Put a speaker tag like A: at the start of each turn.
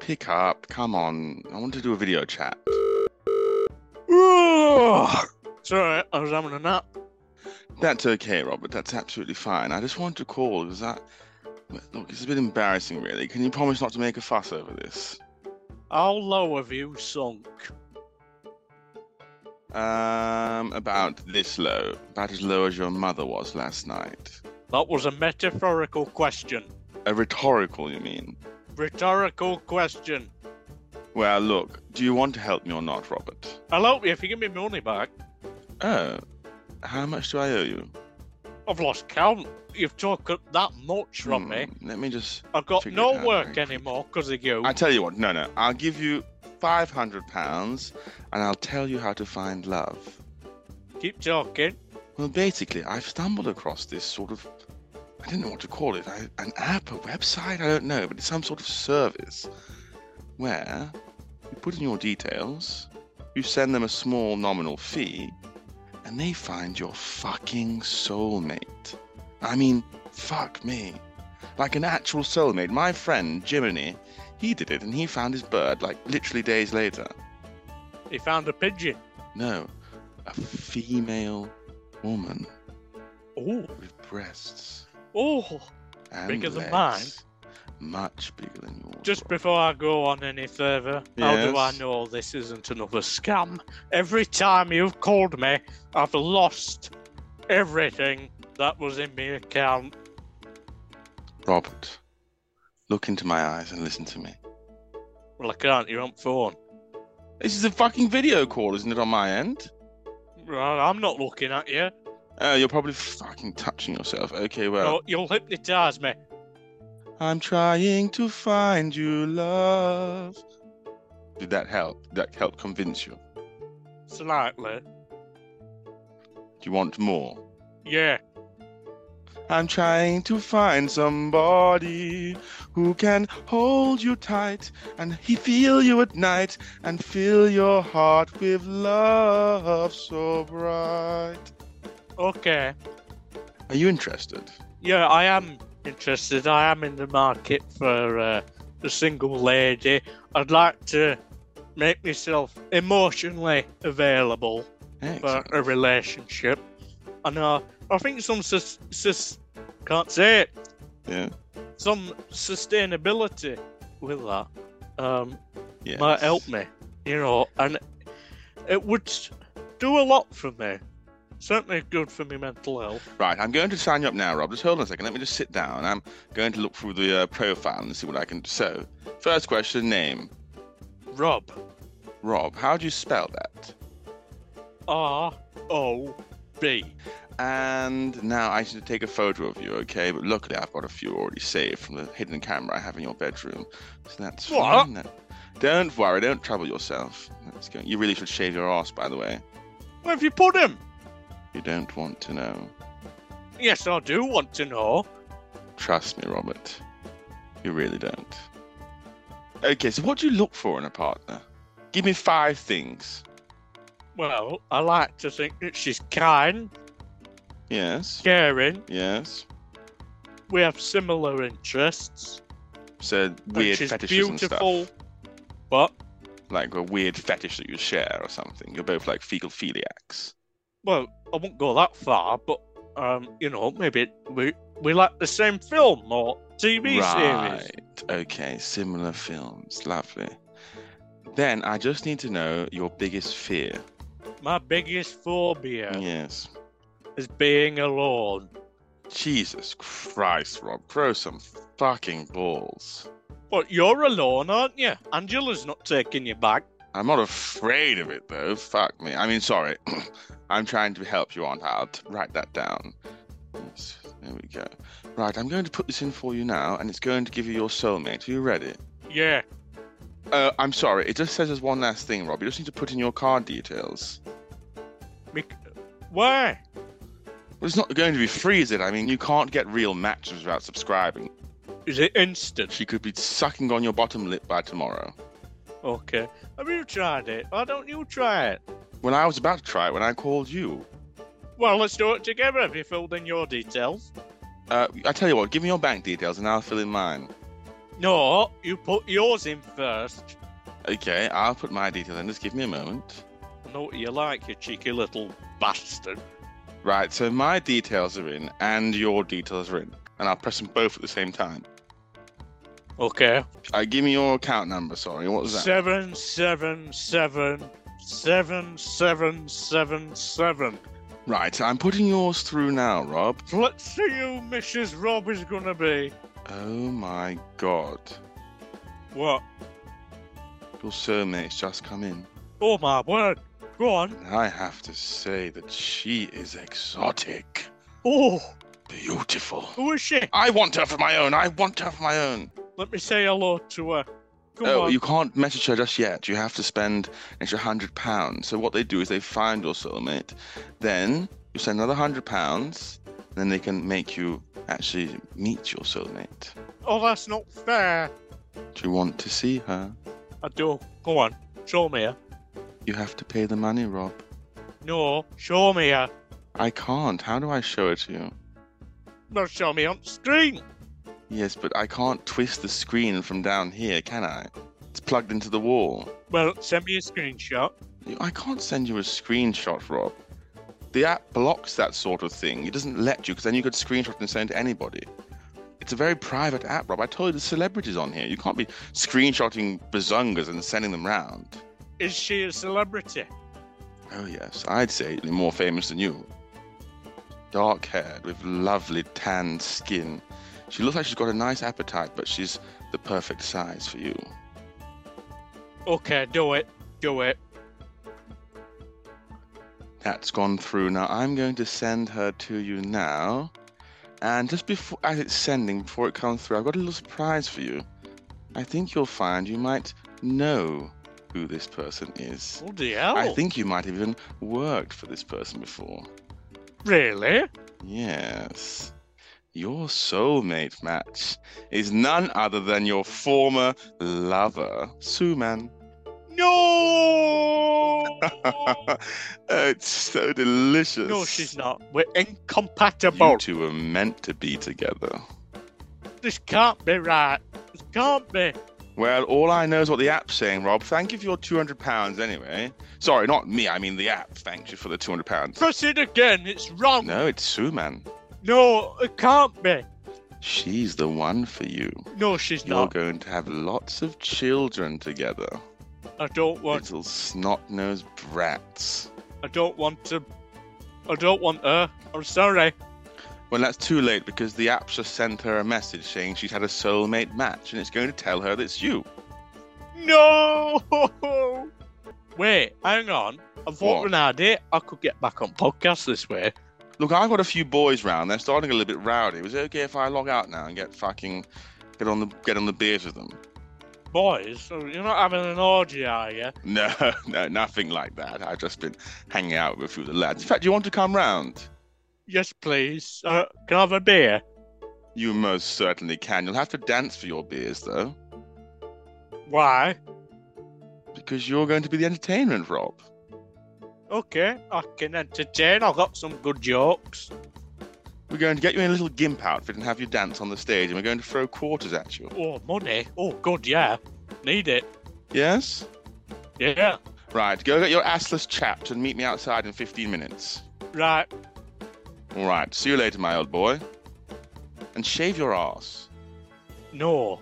A: pick up. Come on. I want to do a video chat. Ugh.
B: It's alright, I was having a nap.
A: That's okay, Robert. That's absolutely fine. I just wanted to call because that. Look, it's a bit embarrassing, really. Can you promise not to make a fuss over this?
B: How low have you sunk?
A: Um, about this low. About as low as your mother was last night.
B: That was a metaphorical question.
A: A rhetorical, you mean?
B: Rhetorical question.
A: Well, look, do you want to help me or not, Robert?
B: I'll help you if you give me money back.
A: Oh, how much do I owe you?
B: I've lost count. You've talked up that much from me.
A: Hmm, Let me just.
B: I've got
A: Figure it
B: no
A: out very
B: work
A: quick.
B: anymore because of you.
A: I tell you what, no, no. I'll give you five hundred pounds, and I'll tell you how to find love.
B: Keep talking.
A: Well, basically, I've stumbled across this sort of. I didn't know what to call it. I, an app, a website, I don't know, but it's some sort of service where you put in your details, you send them a small nominal fee, and they find your fucking soulmate. I mean, fuck me. Like an actual soulmate. My friend, Jiminy, he did it and he found his bird like literally days later.
B: He found a pigeon.
A: No, a female woman
B: Oh,
A: with breasts.
B: oh.
A: and
B: Bigger than
A: legs.
B: mine?
A: Much bigger than yours.
B: Just
A: Rob.
B: before I go on any further, how do I
A: Yes?
B: know this isn't another scam? Every time you've called me, I've lost everything that was in my account.
A: Robert, look into my eyes and listen to me.
B: Well, I can't. You're on phone.
A: This is a fucking video call, isn't it, on my end?
B: Well, I'm not looking at you.
A: Uh, you're probably fucking touching yourself. Okay, well.
B: No, you'll hypnotise me.
A: I'm trying to find you love. Did that help? Did that help convince you?
B: Slightly.
A: Do you want more?
B: Yeah.
A: I'm trying to find somebody who can hold you tight and he feel you at night and fill your heart with love so bright.
B: Okay.
A: Are you interested?
B: Yeah, I am interested. I am in the market for uh, a single lady. I'd like to make myself emotionally available for
A: Excellent.
B: uh, a relationship. And uh, I think some sus- sus- can't say it.
A: Yeah.
B: Some sustainability with that um,
A: Yes.
B: might help me, you know, and it would do a lot for me. Certainly good for my mental health.
A: Right, I'm going to sign you up now, Rob. Just hold on a second. Let me just sit down. I'm going to look through the uh, profile and see what I can do. So, first question name
B: Rob,
A: Rob. How do you spell that?
B: R O B.
A: And now I should take a photo of you, okay? But luckily I've got a few already saved from the hidden camera I have in your bedroom. So that's
B: What?
A: fine. That- Don't worry, don't trouble yourself. That's good. You really should shave your ass, by the way.
B: Where have you put him?
A: You don't want to know.
B: Yes, I do want to know.
A: Trust me, Robert. You really don't. Okay, so what do you look for in a partner? Give me five things.
B: Well, I like to think that she's kind,
A: Yes.
B: caring,
A: Yes.
B: we have similar interests,
A: So
B: and
A: weird
B: she's
A: fetishes
B: beautiful.
A: and stuff.
B: But,
A: Like a weird fetish that you share or something. You're both like fecal philiacs.
B: well, I won't go that far, but, um, you know, maybe we, we like the same film or TV
A: right.
B: series.
A: Okay, similar films. Lovely. Then I just need to know your biggest fear.
B: My biggest phobia
A: Yes.
B: is being alone.
A: Jesus Christ, Rob. Grow some fucking balls.
B: But you're alone, aren't you? Angela's not taking you back.
A: I'm not afraid of it though. Fuck me. I mean, sorry. I'm trying to help you on out. Write that down. Yes, there we go. Right, I'm going to put this in for you now, and it's going to give you your soulmate. Are you ready?
B: Yeah.
A: Uh, I'm sorry. It just says there's one last thing, Rob. You just need to put in your card details.
B: Me- Where?
A: Well, it's not going to be free, is it? I mean, you can't get real matches without subscribing.
B: Is it instant?
A: She could be sucking on your bottom lip by tomorrow.
B: Okay. Have you tried it? Why don't you try it?
A: When I was about to try it, when I called you,
B: Well, let's do it together. Have you filled in your details?
A: uh, I tell you what, give me your bank details and I'll fill in mine.
B: No, you put yours in first.
A: Okay, I'll put my detail in. Just give me a moment.
B: I know what you like, you cheeky little bastard.
A: Right, so my details are in and your details are in. And I'll press them both at the same time.
B: Okay.
A: Uh, give me your account number, sorry. What was that?
B: Seven, seven, seven, seven, seven, seven, seven.
A: Right, I'm putting yours through now, Rob.
B: Let's see who Mrs. Rob is gonna be.
A: Oh my god.
B: What?
A: Your surname's just come in.
B: Oh my word. Go on.
A: And I have to say that she is exotic.
B: Oh,
A: Beautiful.
B: who is she?
A: I want her for my own. I want her for my own.
B: Let me say hello to her. Come
A: oh,
B: on.
A: you can't message her just yet. You have to spend an extra hundred pounds. So what they do is they find your soulmate, then you send another hundred pounds, then they can make you actually meet your soulmate.
B: Oh, that's not fair.
A: Do you want to see her?
B: I do. Go on. Show me her.
A: You have to pay the money, Rob.
B: No, show me her.
A: I can't. How do I show it to you?
B: Not show me on screen.
A: Yes, but I can't twist the screen from down here, can I? It's plugged into the wall.
B: Well, send me a screenshot.
A: You- I can't send you a screenshot, Rob. The app blocks that sort of thing. It doesn't let you because then you could screenshot and send it to anybody. It's a very private app, Rob. I told you there's celebrities on here. You can't be screenshotting bazongas and sending them round.
B: Is she a celebrity?
A: Oh yes, I'd say more famous than you. Dark haired with lovely tanned skin. She looks like she's got a nice appetite, but she's the perfect size for you.
B: Okay, do it. Do it.
A: That's gone through. Now I'm going to send her to you now. And just before as it's sending, before it comes through, I've got a little surprise for you. I think you'll find you might know who this person is.
B: Bloody hell.
A: I think you might have even worked for this person before.
B: Really?
A: Yes. Your soulmate match is none other than your former lover, Suman.
B: No!
A: Uh, it's so delicious.
B: no, she's not. We're
A: You
B: incompatible.
A: two were meant to be together.
B: This can't be right. This can't be.
A: Well, all I know is what the app's saying, Rob. Thank you for your £200 anyway. Sorry, not me, I mean the app. Thank you for the £200.
B: Press it again. It's wrong. No,
A: No, it's Suman.
B: it can't be.
A: She's the one for you.
B: No, she's
A: You're
B: not.
A: going to have lots of children together.
B: I don't want.
A: Little snot-nosed brats.
B: I don't want to. I don't want her. I'm sorry.
A: Well, that's too late because the app's just sent her a message saying she's had a soulmate match and it's going to tell her that it's you.
B: No. Wait, hang on. I
A: What?
B: thought an idea. I could get back on podcast this way.
A: Look, I've got a few boys round. They're starting a little bit rowdy. Was it okay if I log out now and get fucking get on the get on the beers with them?
B: Boys, so you're not having an orgy, are you?
A: No, no, nothing like that. I've just been hanging out with a few of the lads. In fact, you want to come round?
B: Yes, please. Uh, can I have a beer?
A: You most certainly can. You'll have to dance for your beers though,
B: Why?
A: because you're going to be the entertainment, Rob.
B: Okay, I can entertain. I've got some good jokes.
A: We're going to get you in a little gimp outfit and have you dance on the stage, and we're going to throw quarters at you.
B: Oh, money. Oh, good, yeah. Need it.
A: Yes?
B: Yeah.
A: Right, go get your assless chapped and meet me outside in 15 minutes.
B: Right.
A: All right, see you later, my old boy. And shave your ass.
B: No.